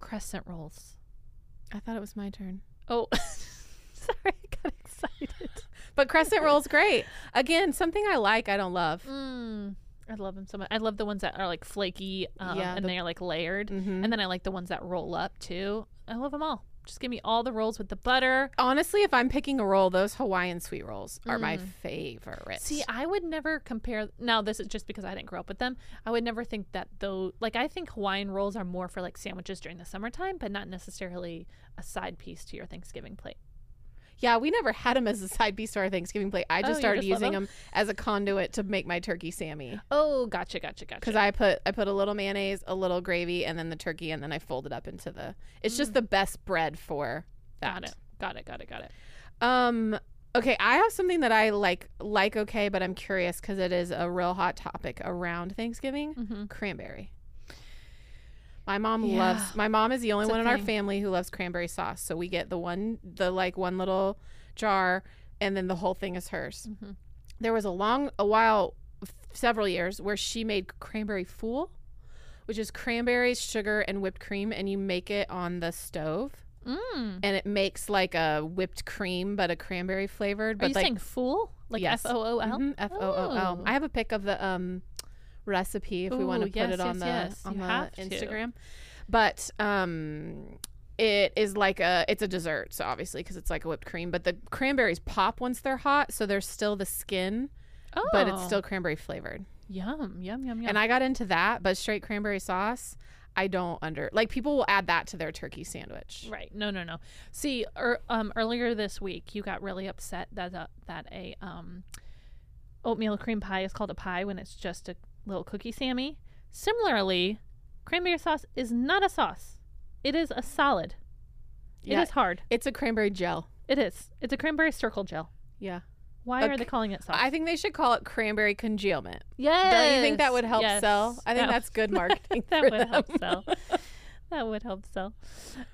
Speaker 1: crescent rolls.
Speaker 2: I thought it was my turn.
Speaker 1: Oh, sorry, I got excited.
Speaker 2: But crescent roll's great. Again, something I like, I don't love.
Speaker 1: Mm, I love them so much. I love the ones that are like flaky um,
Speaker 2: Yeah,
Speaker 1: and
Speaker 2: the-
Speaker 1: they are like layered.
Speaker 2: Mhm.
Speaker 1: And then I like the ones that roll up too. I love them all. Just give me all the rolls with the butter.
Speaker 2: Honestly, if I'm picking a roll, those Hawaiian sweet rolls are my
Speaker 1: Mm.
Speaker 2: favorite.
Speaker 1: See, I would never compare. Now, this is just because I didn't grow up with them. I would never think that though. Like, I think Hawaiian rolls are more for like sandwiches during the summertime, but not necessarily a side piece to your Thanksgiving plate.
Speaker 2: yeah, we never had them as a side piece to our Thanksgiving plate. I
Speaker 1: Oh,
Speaker 2: just
Speaker 1: you
Speaker 2: started
Speaker 1: just love
Speaker 2: using
Speaker 1: them?
Speaker 2: them as a conduit to make my turkey sammy.
Speaker 1: Oh, gotcha, gotcha, gotcha.
Speaker 2: Because I put I put a little mayonnaise, a little gravy, and then the turkey, and then I fold it up into the. It's just the best bread for
Speaker 1: Mm.
Speaker 2: that.
Speaker 1: got it. Got it, got it, got it.
Speaker 2: Um. Okay, I have something that I like like okay, but I'm curious because it is a real hot topic around Thanksgiving.
Speaker 1: Mm-hmm.
Speaker 2: Cranberry. My mom
Speaker 1: Yeah.
Speaker 2: loves. My mom is the only
Speaker 1: It's a
Speaker 2: one in our
Speaker 1: thing.
Speaker 2: family who loves cranberry sauce. So we get the one, the like one little jar, and then the whole thing is hers.
Speaker 1: Mm-hmm.
Speaker 2: There was a long, a while, f- several years where she made cranberry fool, which is cranberries, sugar, and whipped cream, and you make it on the stove
Speaker 1: Mm.
Speaker 2: and it makes like a whipped cream but a cranberry flavored
Speaker 1: Are
Speaker 2: but
Speaker 1: you
Speaker 2: like
Speaker 1: saying fool? Like
Speaker 2: Yes.
Speaker 1: F O O L?
Speaker 2: Mhm, F-O-O-L.
Speaker 1: Oh.
Speaker 2: I have a pic of the um recipe if we want to
Speaker 1: Ooh,
Speaker 2: put
Speaker 1: yes,
Speaker 2: it on
Speaker 1: yes,
Speaker 2: the
Speaker 1: yes.
Speaker 2: on
Speaker 1: You
Speaker 2: the
Speaker 1: have to.
Speaker 2: Instagram but um it is like a it's a dessert so obviously because it's like a whipped cream but the cranberries pop once they're hot so there's still the skin
Speaker 1: Oh.
Speaker 2: but it's still cranberry flavored
Speaker 1: Yum, yum, yum, yum.
Speaker 2: and I got into that but straight cranberry sauce I don't under like people will add that to their turkey sandwich
Speaker 1: Right. No, no, no. See, er, um, earlier this week, you got really upset that a, that a um, oatmeal cream pie is called a pie when it's just a little cookie sammy. Similarly, cranberry sauce is not a sauce. It is a solid.
Speaker 2: Yeah.
Speaker 1: It is hard.
Speaker 2: it's a cranberry gel
Speaker 1: It is. It's a cranberry circle gel.
Speaker 2: yeah
Speaker 1: Why
Speaker 2: A
Speaker 1: are they
Speaker 2: cr-
Speaker 1: calling it sauce?
Speaker 2: I think they should call it cranberry congealment.
Speaker 1: yes.
Speaker 2: Don't you think that would help
Speaker 1: Yes.
Speaker 2: sell? I think
Speaker 1: That-
Speaker 2: that's good marketing.
Speaker 1: that
Speaker 2: for
Speaker 1: would
Speaker 2: them.
Speaker 1: help sell. That would help sell.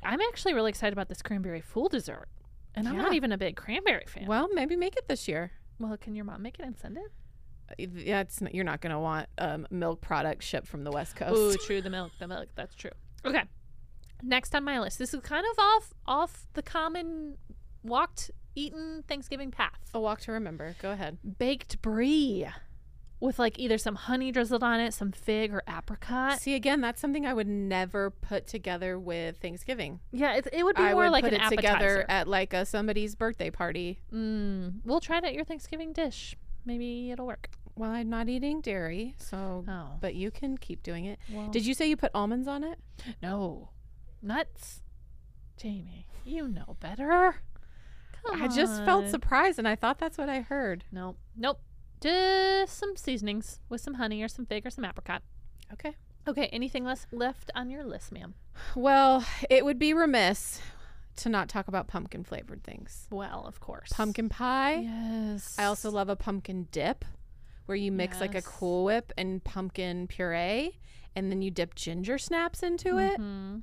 Speaker 1: I'm actually really excited about this cranberry fool dessert. And I'm not
Speaker 2: Yeah.
Speaker 1: even a big cranberry fan.
Speaker 2: Well, maybe make it this year.
Speaker 1: Well, can your mom make it and send it?
Speaker 2: Yeah, it's not, you're not going to want um, milk products shipped from the West
Speaker 1: Oh,
Speaker 2: Coast.
Speaker 1: true. The milk, the milk. That's true. Okay. Next on my list, this is kind of off off the common walked, eaten Thanksgiving path.
Speaker 2: A walk to remember. Go ahead.
Speaker 1: Baked brie with like either some honey drizzled on it, some fig or apricot.
Speaker 2: See, again, that's something I would never put together with Thanksgiving.
Speaker 1: Yeah, it, it would be
Speaker 2: I
Speaker 1: more
Speaker 2: would
Speaker 1: like
Speaker 2: put
Speaker 1: an
Speaker 2: it
Speaker 1: appetizer.
Speaker 2: together at like a somebody's birthday party.
Speaker 1: mm, we'll try it at your Thanksgiving dish. Maybe it'll work.
Speaker 2: Well, I'm not eating dairy, so
Speaker 1: Oh,
Speaker 2: but you can keep doing it.
Speaker 1: well,
Speaker 2: Did you say you put almonds on it?
Speaker 1: no nuts, Jamie? You know better. Come
Speaker 2: I just felt
Speaker 1: on.
Speaker 2: surprised, and I thought that's what I heard.
Speaker 1: Nope. Nope. Just some seasonings with some honey or some fig or some apricot.
Speaker 2: Okay.
Speaker 1: Okay, anything less left on your list, ma'am?
Speaker 2: Well, it would be remiss to not talk about pumpkin flavored things.
Speaker 1: Well, of course.
Speaker 2: Pumpkin pie.
Speaker 1: Yes.
Speaker 2: I also love a pumpkin dip where you mix like a
Speaker 1: Yes.
Speaker 2: Cool Whip and
Speaker 1: Mm-hmm.
Speaker 2: pumpkin puree and then you dip ginger snaps into it.
Speaker 1: Mhm.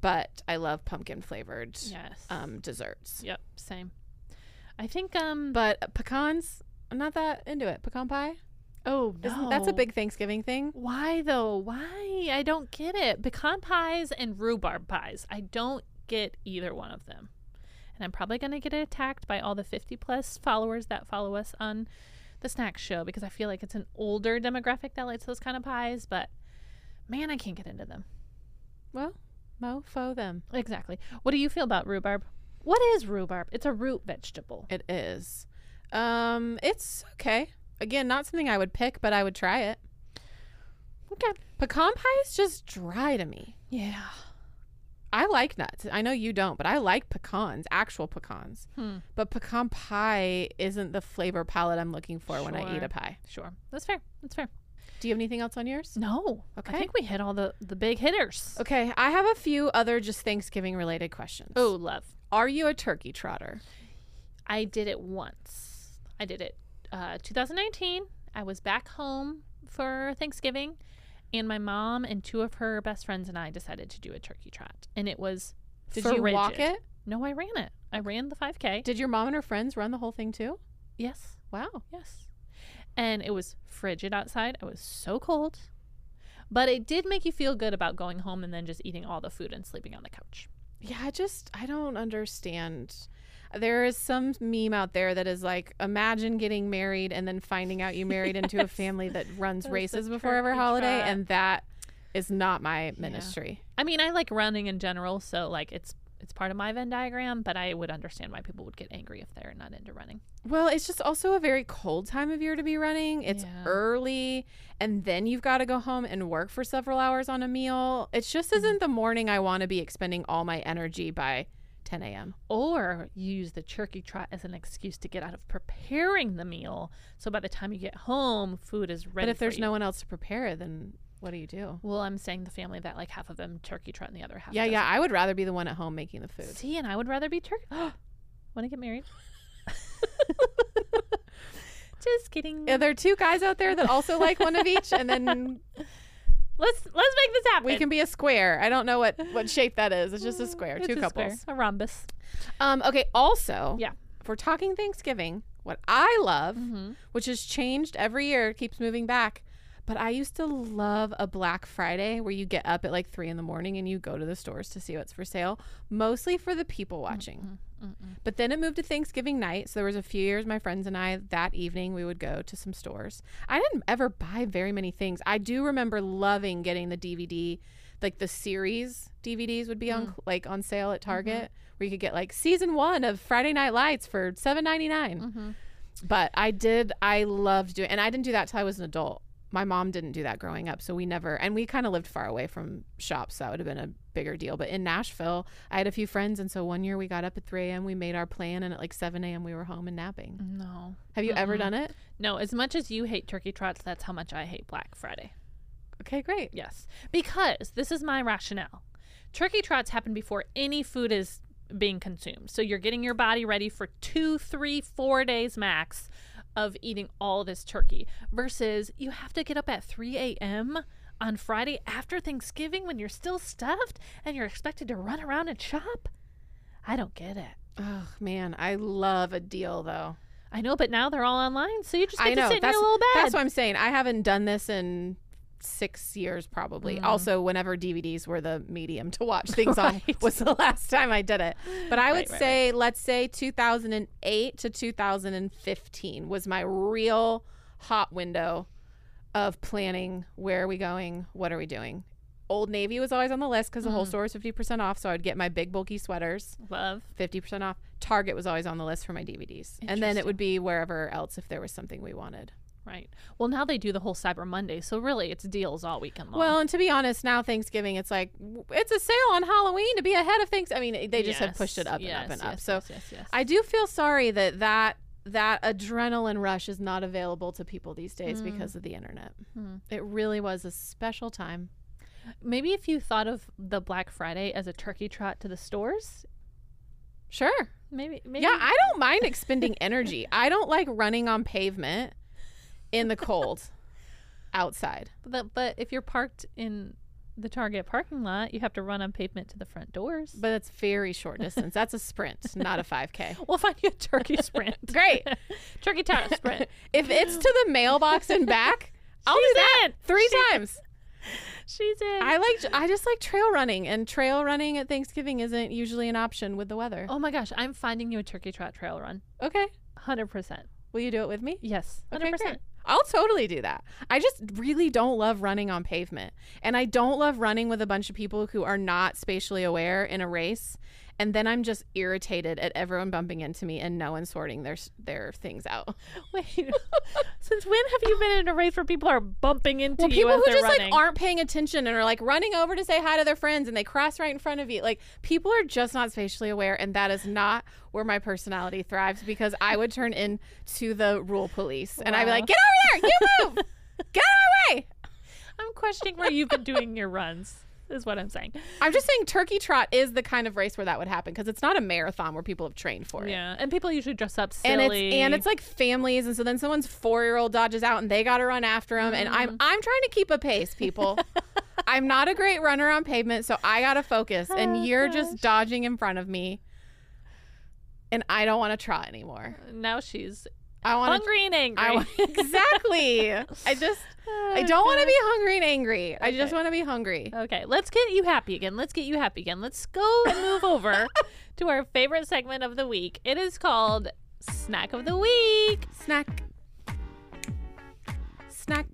Speaker 2: but I love pumpkin flavored
Speaker 1: Yes.
Speaker 2: um, desserts.
Speaker 1: Yep. Same. I think. Um.
Speaker 2: But pecans, I'm not that into it. Pecan pie,
Speaker 1: oh no.
Speaker 2: Isn't, that's a big Thanksgiving thing.
Speaker 1: Why though? Why? I don't get it. Pecan pies and rhubarb pies. I don't get either one of them. And I'm probably going to get attacked by all the 50 plus followers that follow us on the snack show because I feel like it's an older demographic that likes those kind of pies, but man, I can't get into them.
Speaker 2: Well, mofo them.
Speaker 1: Exactly. What do you feel about rhubarb? What is rhubarb? It's a root vegetable.
Speaker 2: It is. Um, it's okay. Again, not something I would pick, but I would try it.
Speaker 1: Okay.
Speaker 2: Pecan pie is just dry to me.
Speaker 1: Yeah.
Speaker 2: I like nuts. I know you don't, but I like pecans, actual pecans.
Speaker 1: Hmm.
Speaker 2: But pecan pie isn't the flavor palette I'm looking for when I eat
Speaker 1: Sure.
Speaker 2: a pie.
Speaker 1: Sure. That's fair. That's fair.
Speaker 2: Do you have anything else on yours?
Speaker 1: No. I
Speaker 2: Okay.
Speaker 1: think we hit all the the big hitters.
Speaker 2: Okay, I have a few other just Thanksgiving related questions.
Speaker 1: Oh, love.
Speaker 2: are you a turkey trotter?
Speaker 1: I did it once. I did it uh, 2019. I was back home for Thanksgiving, and my mom and two of her best friends and I decided to do a turkey trot, and it was.
Speaker 2: Did you walk
Speaker 1: frigid.
Speaker 2: it?
Speaker 1: No, I ran it. I ran the 5K.
Speaker 2: Did your mom and her friends run the whole thing too?
Speaker 1: yes,
Speaker 2: Wow.
Speaker 1: yes. And it was frigid outside. I was so cold, but it did make you feel good about going home and then just eating all the food and sleeping on the couch.
Speaker 2: Yeah, I just I don't understand. There is some meme out there that is like, imagine getting married and then finding out you married into a
Speaker 1: Yes.
Speaker 2: family that runs
Speaker 1: That's the
Speaker 2: races before every
Speaker 1: turkey
Speaker 2: holiday,
Speaker 1: trot.
Speaker 2: and that is not my ministry.
Speaker 1: I mean, I like running in general, so like it's it's part of my Venn diagram, but I would understand why people would get angry if they're not into running.
Speaker 2: Well, it's just also a very cold time of year to be running. It's
Speaker 1: Yeah.
Speaker 2: early, and then you've got to go home and work for several hours on a meal. It just
Speaker 1: Mm-hmm.
Speaker 2: isn't the morning I want to be expending all my energy by 10 a.m.
Speaker 1: Or you use the turkey trot as an excuse to get out of preparing the meal. So by the time you get home, food is ready.
Speaker 2: But if
Speaker 1: for
Speaker 2: there's
Speaker 1: you.
Speaker 2: no one else to prepare it, then what do you do?
Speaker 1: well, I'm saying the family that like half of them turkey trot and the other half.
Speaker 2: Yeah,
Speaker 1: doesn't.
Speaker 2: yeah. I would rather be the one at home making the food.
Speaker 1: See, and I would rather be turkey. Want to get married? Just kidding.
Speaker 2: Are there two guys out there that also like one of each, and then
Speaker 1: Let's let's make this happen.
Speaker 2: we can be a square? I don't know what what shape that is. It's just a square,
Speaker 1: It's
Speaker 2: two
Speaker 1: a square,
Speaker 2: couples.
Speaker 1: a rhombus.
Speaker 2: Um. Okay. Also,
Speaker 1: Yeah.
Speaker 2: If we're talking Thanksgiving, what I love, which has changed every year, it keeps moving back. But I used to love a Black Friday where you get up at like three in the morning and you go to the stores to see what's for sale, mostly for the people watching. But then it moved to Thanksgiving night. So there was a few years my friends and I that evening we would go to some stores. I didn't ever buy very many things. I do remember loving getting the DVD, like the series DVDs would be on like on sale at Target where you could get like season 1 of Friday Night Lights for 7.99.
Speaker 1: Mm.
Speaker 2: Mm-hmm. But I did I loved doing and I didn't do that till I was an adult. My mom didn't do that growing up, so we never and we kind of lived far away from shops. So that would have been a bigger deal. But in Nashville, I had a few friends, and so one year we got up at 3 a.m. We made our plan, and at like 7 a.m. we were home and napping.
Speaker 1: No.
Speaker 2: Have you ever
Speaker 1: Mm-mm.
Speaker 2: done it?
Speaker 1: No, as much as you hate turkey trots, that's how much I hate Black Friday.
Speaker 2: Okay, great.
Speaker 1: Yes. Because this is my rationale. Turkey trots happen before any food is being consumed. So you're getting your body ready for two, three, four days max of eating all this turkey versus you have to get up at 3 a.m. on Friday after Thanksgiving when you're still stuffed and you're expected to run around and shop. I don't get it.
Speaker 2: Oh man, I love a deal though.
Speaker 1: I know, but now they're all online, so you just get
Speaker 2: I
Speaker 1: to
Speaker 2: know
Speaker 1: sit in your
Speaker 2: that's
Speaker 1: little bed.
Speaker 2: that's what I'm saying. I haven't done this in six years probably.
Speaker 1: Mm.
Speaker 2: Also, whenever DVDs were the medium to watch things on
Speaker 1: Right.
Speaker 2: was the last time I did it. But I would
Speaker 1: Right, right,
Speaker 2: say, let's say 2008 to 2015 was my real hot window of planning. Where are we going? What are we doing? Old Navy was always on the list because the
Speaker 1: Mm.
Speaker 2: whole store was 50% off. So I would get my big bulky sweaters.
Speaker 1: Love.
Speaker 2: 50% off. Target was always on the list for my DVDs. And then it
Speaker 1: Interesting.
Speaker 2: would be wherever else if there was something we wanted.
Speaker 1: Right. Well, now they do the whole Cyber Monday, so really it's deals all weekend long.
Speaker 2: Well, and to be honest, now Thanksgiving, it's like w- it's a sale on Halloween to be ahead of things. I mean, they just have pushed it up and up and up. so I do feel sorry that that that adrenaline rush is not available to people these days because of the internet.
Speaker 1: Mm.
Speaker 2: It really was a special time.
Speaker 1: maybe if you thought of the Black Friday as a turkey trot to the stores,
Speaker 2: Sure.
Speaker 1: maybe maybe
Speaker 2: Yeah, I don't mind expending energy. I don't like running on pavement in the cold outside.
Speaker 1: but, but if you're parked in the Target parking lot, you have to run on pavement to the front doors.
Speaker 2: But that's very short distance. That's a sprint, not a 5K.
Speaker 1: We'll find you a turkey sprint.
Speaker 2: Great.
Speaker 1: turkey town sprint.
Speaker 2: If it's to the mailbox and back, I'll do
Speaker 1: She's
Speaker 2: that
Speaker 1: in.
Speaker 2: three
Speaker 1: She's-
Speaker 2: times.
Speaker 1: She's in.
Speaker 2: I like I just like trail running and trail running at Thanksgiving isn't usually an option with the weather.
Speaker 1: oh my gosh, I'm finding you a turkey trot trail run.
Speaker 2: Okay.
Speaker 1: 100%.
Speaker 2: Will you do it with me?
Speaker 1: Yes. 100%.
Speaker 2: Okay, great. I'll totally do that. I just really don't love running on pavement. And I don't love running with a bunch of people who are not spatially aware in a race. And then I'm just irritated at everyone bumping into me and no one sorting their their things out.
Speaker 1: Wait. since when have you been in a race where people are bumping into
Speaker 2: Well,
Speaker 1: you
Speaker 2: people
Speaker 1: as
Speaker 2: who
Speaker 1: they're
Speaker 2: just
Speaker 1: running?
Speaker 2: like aren't paying attention and are like running over to say hi to their friends and they cross right in front of you. Like people are just not spatially aware and that is not where my personality thrives because I would turn into the rule police and I'd be
Speaker 1: Wow.
Speaker 2: like, "Get over there. You move. Get out of my way."
Speaker 1: I'm questioning where you've been doing your runs. Is what I'm saying.
Speaker 2: I'm just saying turkey trot is the kind of race where that would happen because it's not a marathon where people have trained for it.
Speaker 1: Yeah, and people usually dress up silly.
Speaker 2: And it's and it's like families, and so then someone's four year old dodges out, and they got to run after him. And
Speaker 1: Mm-hmm.
Speaker 2: I'm I'm trying to keep a pace, people. I'm not a great runner on pavement, so I gotta focus. And
Speaker 1: Oh,
Speaker 2: you're
Speaker 1: gosh.
Speaker 2: just dodging in front of me, and I don't want to trot anymore.
Speaker 1: now she's
Speaker 2: I want to.
Speaker 1: hungry and angry.
Speaker 2: I want exactly. I just I don't want to be hungry and angry. I just
Speaker 1: Okay.
Speaker 2: want to be hungry.
Speaker 1: Okay, let's get you happy again. Let's get you happy again. Let's go and move over to our favorite segment of the week. It is called Snack of the Week.
Speaker 2: Snack. Snack.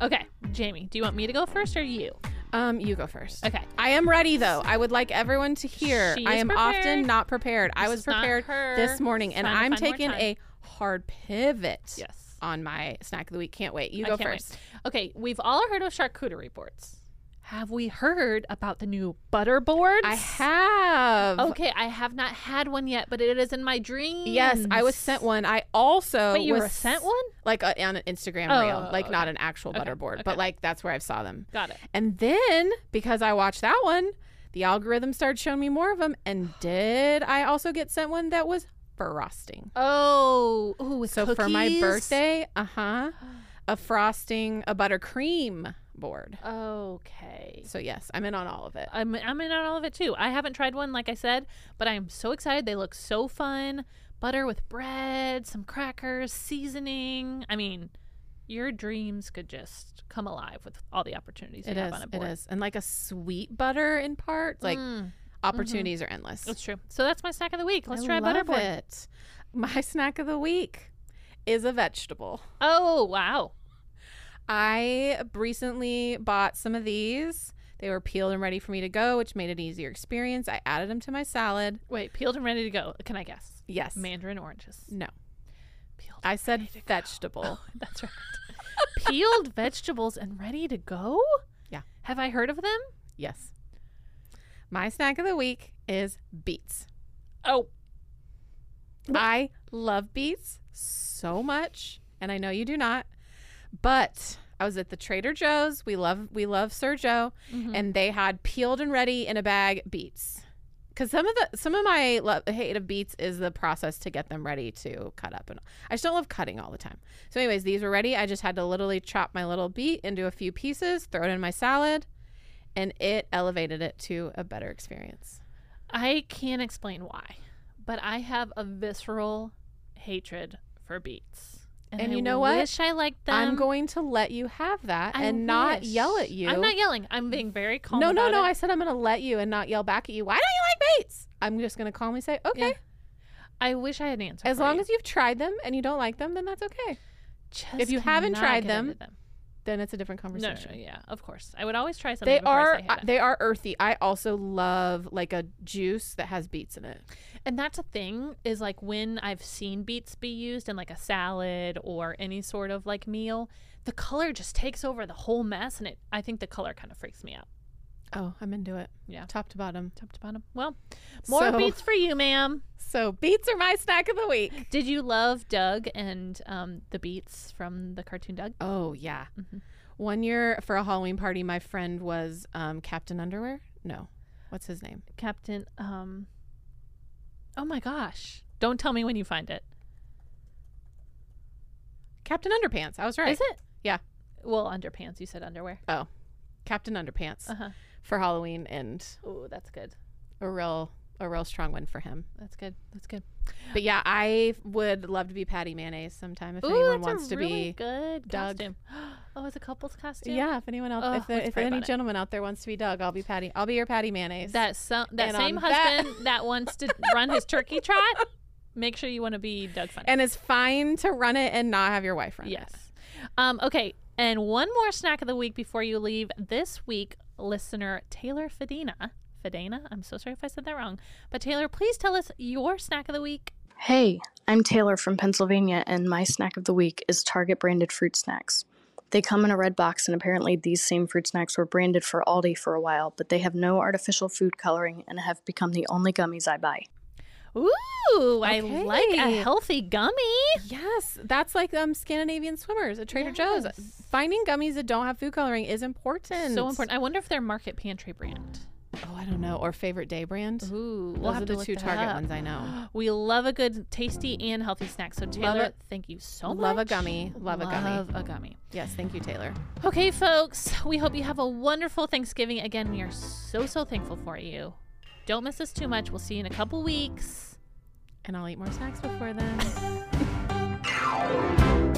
Speaker 1: Okay, Jamie, do you want me to go first or you?
Speaker 2: Um, you go first.
Speaker 1: Okay.
Speaker 2: I am ready though. I would like everyone to hear.
Speaker 1: She
Speaker 2: I
Speaker 1: is
Speaker 2: am
Speaker 1: prepared.
Speaker 2: often not prepared. I
Speaker 1: This
Speaker 2: was
Speaker 1: is not
Speaker 2: prepared
Speaker 1: her.
Speaker 2: this morning, and
Speaker 1: Time to
Speaker 2: I'm
Speaker 1: find more
Speaker 2: taking
Speaker 1: time.
Speaker 2: a hard pivot
Speaker 1: Yes.
Speaker 2: on my snack of the week. Can't wait. You
Speaker 1: I
Speaker 2: go
Speaker 1: can't wait.
Speaker 2: first.
Speaker 1: Okay, we've all heard of charcuterie boards. Have we heard about the new butter boards?
Speaker 2: I have.
Speaker 1: Okay, I have not had one yet, but it is in my dreams.
Speaker 2: Yes, I was sent one. I also
Speaker 1: Wait, you
Speaker 2: was
Speaker 1: were sent one? uh,
Speaker 2: like uh, on an Instagram
Speaker 1: Oh,
Speaker 2: reel, like not
Speaker 1: okay.
Speaker 2: an actual
Speaker 1: Okay,
Speaker 2: butter board,
Speaker 1: okay.
Speaker 2: but like that's where I saw them.
Speaker 1: Got it.
Speaker 2: And then because I watched that one, the algorithm started showing me more of them. And did I also get sent one that was frosting?
Speaker 1: Oh, ooh, with
Speaker 2: So for my
Speaker 1: cookies?
Speaker 2: birthday, uh huh, a frosting, a buttercream board.
Speaker 1: Okay.
Speaker 2: So yes, I'm in on all of it.
Speaker 1: I'm I'm in on all of it too. I haven't tried one, like I said, but I'm so excited. They look so fun. Butter with bread, some crackers, seasoning. I mean, your dreams could just come alive with all the opportunities you
Speaker 2: It
Speaker 1: have
Speaker 2: is.
Speaker 1: on a
Speaker 2: It
Speaker 1: board.
Speaker 2: is. And like a sweet butter in part, like
Speaker 1: Mm,
Speaker 2: opportunities are endless.
Speaker 1: it's true. So that's my snack of the week. Let's
Speaker 2: I
Speaker 1: try a butter
Speaker 2: love
Speaker 1: board.
Speaker 2: it. My snack of the week is a vegetable.
Speaker 1: Oh wow.
Speaker 2: I recently bought some of these. They were peeled and ready for me to go, which made it an easier experience. I added them to my salad.
Speaker 1: Wait, peeled and ready to go. Can I guess?
Speaker 2: Yes.
Speaker 1: Mandarin oranges.
Speaker 2: No.
Speaker 1: Peeled.
Speaker 2: I said
Speaker 1: Ready to go.
Speaker 2: vegetable.
Speaker 1: That's right. peeled vegetables and ready to go.
Speaker 2: Yeah.
Speaker 1: Have I heard of them?
Speaker 2: Yes. My snack of the week is beets.
Speaker 1: Oh,
Speaker 2: I love beets so much, and I know you do not. But I was at the Trader Joe's. We love we love Sergio,
Speaker 1: Mhm.
Speaker 2: and they had peeled and ready in a bag beets. Cause some of the some of my love, hate of beets is the process to get them ready to cut up, and I just don't love cutting all the time. So, anyways, these were ready. I just had to literally chop my little beet into a few pieces, throw it in my salad, and it elevated it to a better experience.
Speaker 1: I can't explain why, but I have a visceral hatred for beets.
Speaker 2: And
Speaker 1: I
Speaker 2: you know what?
Speaker 1: Wish I liked them.
Speaker 2: I'm going to let you have that
Speaker 1: I
Speaker 2: and not
Speaker 1: wish.
Speaker 2: yell at you.
Speaker 1: I'm not yelling. I'm being very calm.
Speaker 2: no, no,
Speaker 1: about
Speaker 2: no. I
Speaker 1: it.
Speaker 2: said I'm going to let you and not yell back at you. Why don't you like baits? I'm just going to calmly say, okay.
Speaker 1: Yeah. I wish I had an answer.
Speaker 2: As long as you've tried them and you don't like them, then that's okay.
Speaker 1: Just
Speaker 2: if you haven't
Speaker 1: cannot
Speaker 2: tried
Speaker 1: get into
Speaker 2: them,
Speaker 1: them.
Speaker 2: Then it's a different
Speaker 1: No, no,
Speaker 2: conversation.
Speaker 1: no, yeah, of course. I would always try something.
Speaker 2: They
Speaker 1: before I
Speaker 2: are uh,
Speaker 1: say I hate it.
Speaker 2: they are earthy. I also love like a juice that has beets in it.
Speaker 1: And that's a thing is like when I've seen beets be used in like a salad or any sort of like meal, the color just takes over the whole mess, and it. I think the color kind of freaks me out.
Speaker 2: Oh, I'm into it.
Speaker 1: Yeah.
Speaker 2: top to bottom.
Speaker 1: top to bottom. Well, more
Speaker 2: So-
Speaker 1: beats for you, ma'am.
Speaker 2: So beets are my snack of the week.
Speaker 1: Did you love Doug and um, the beats from the cartoon Doug?
Speaker 2: Oh yeah.
Speaker 1: Mhm.
Speaker 2: One year for a Halloween party, my friend was um, Captain Underwear. No, what's his name?
Speaker 1: Captain. Um, oh my gosh! Don't tell me when you find it.
Speaker 2: Captain Underpants. I was right.
Speaker 1: Is it?
Speaker 2: Yeah.
Speaker 1: Well, underpants. You said underwear.
Speaker 2: Oh. Captain Underpants
Speaker 1: Uh huh.
Speaker 2: for Halloween, and
Speaker 1: Oh, that's good.
Speaker 2: a real a real strong one for him.
Speaker 1: That's good. That's good.
Speaker 2: But yeah, I would love to be Patty Mayonnaise sometime if
Speaker 1: Ooh,
Speaker 2: anyone
Speaker 1: that's
Speaker 2: wants
Speaker 1: a
Speaker 2: to
Speaker 1: really
Speaker 2: be.
Speaker 1: good
Speaker 2: Doug.
Speaker 1: costume. Oh, it's a couple's costume.
Speaker 2: Yeah, if anyone else,
Speaker 1: Oh,
Speaker 2: if, there,
Speaker 1: let's
Speaker 2: if
Speaker 1: pray
Speaker 2: any
Speaker 1: about it.
Speaker 2: gentleman out there wants to be Doug, I'll be Patty. I'll be your Patty Mayonnaise.
Speaker 1: That so- that
Speaker 2: And
Speaker 1: same
Speaker 2: on that-
Speaker 1: husband that-, wants to run his turkey trot. Make sure you want to be Doug Funny.
Speaker 2: and it's fine to run it and not have your wife run
Speaker 1: yes. Um. Okay. And one more snack of the week before you leave this week, listener Taylor Fedina. Fedina. I'm so sorry if I said that wrong. But Taylor, please tell us your snack of the week.
Speaker 3: Hey, I'm Taylor from Pennsylvania, and my snack of the week is Target branded fruit snacks. They come in a red box, and apparently, these same fruit snacks were branded for Aldi for a while, but they have no artificial food coloring and have become the only gummies I buy.
Speaker 1: Ooh, I like a
Speaker 2: Okay.
Speaker 1: healthy gummy.
Speaker 2: it. Yes, that's like um Scandinavian swimmers at Trader Joe's.
Speaker 1: Yes.
Speaker 2: Finding gummies that don't have food coloring is important.
Speaker 1: So important. I wonder if they're Market Pantry brand.
Speaker 2: Oh, I don't know. Or favorite day brand.
Speaker 1: Ooh, we'll
Speaker 2: Those
Speaker 1: have
Speaker 2: are
Speaker 1: to
Speaker 2: the
Speaker 1: look
Speaker 2: two
Speaker 1: that
Speaker 2: Target
Speaker 1: up.
Speaker 2: ones I know.
Speaker 1: We love a good, tasty, and healthy snack. So
Speaker 2: Love
Speaker 1: Taylor,
Speaker 2: it.
Speaker 1: thank you so much.
Speaker 2: Love a gummy. Love a gummy.
Speaker 1: Love a gummy.
Speaker 2: Yes, thank you, Taylor.
Speaker 1: Okay, folks. We hope you have a wonderful Thanksgiving. Again, we are so so thankful for you. Don't miss us too much. We'll see you in a couple weeks.
Speaker 2: And I'll eat more snacks before then.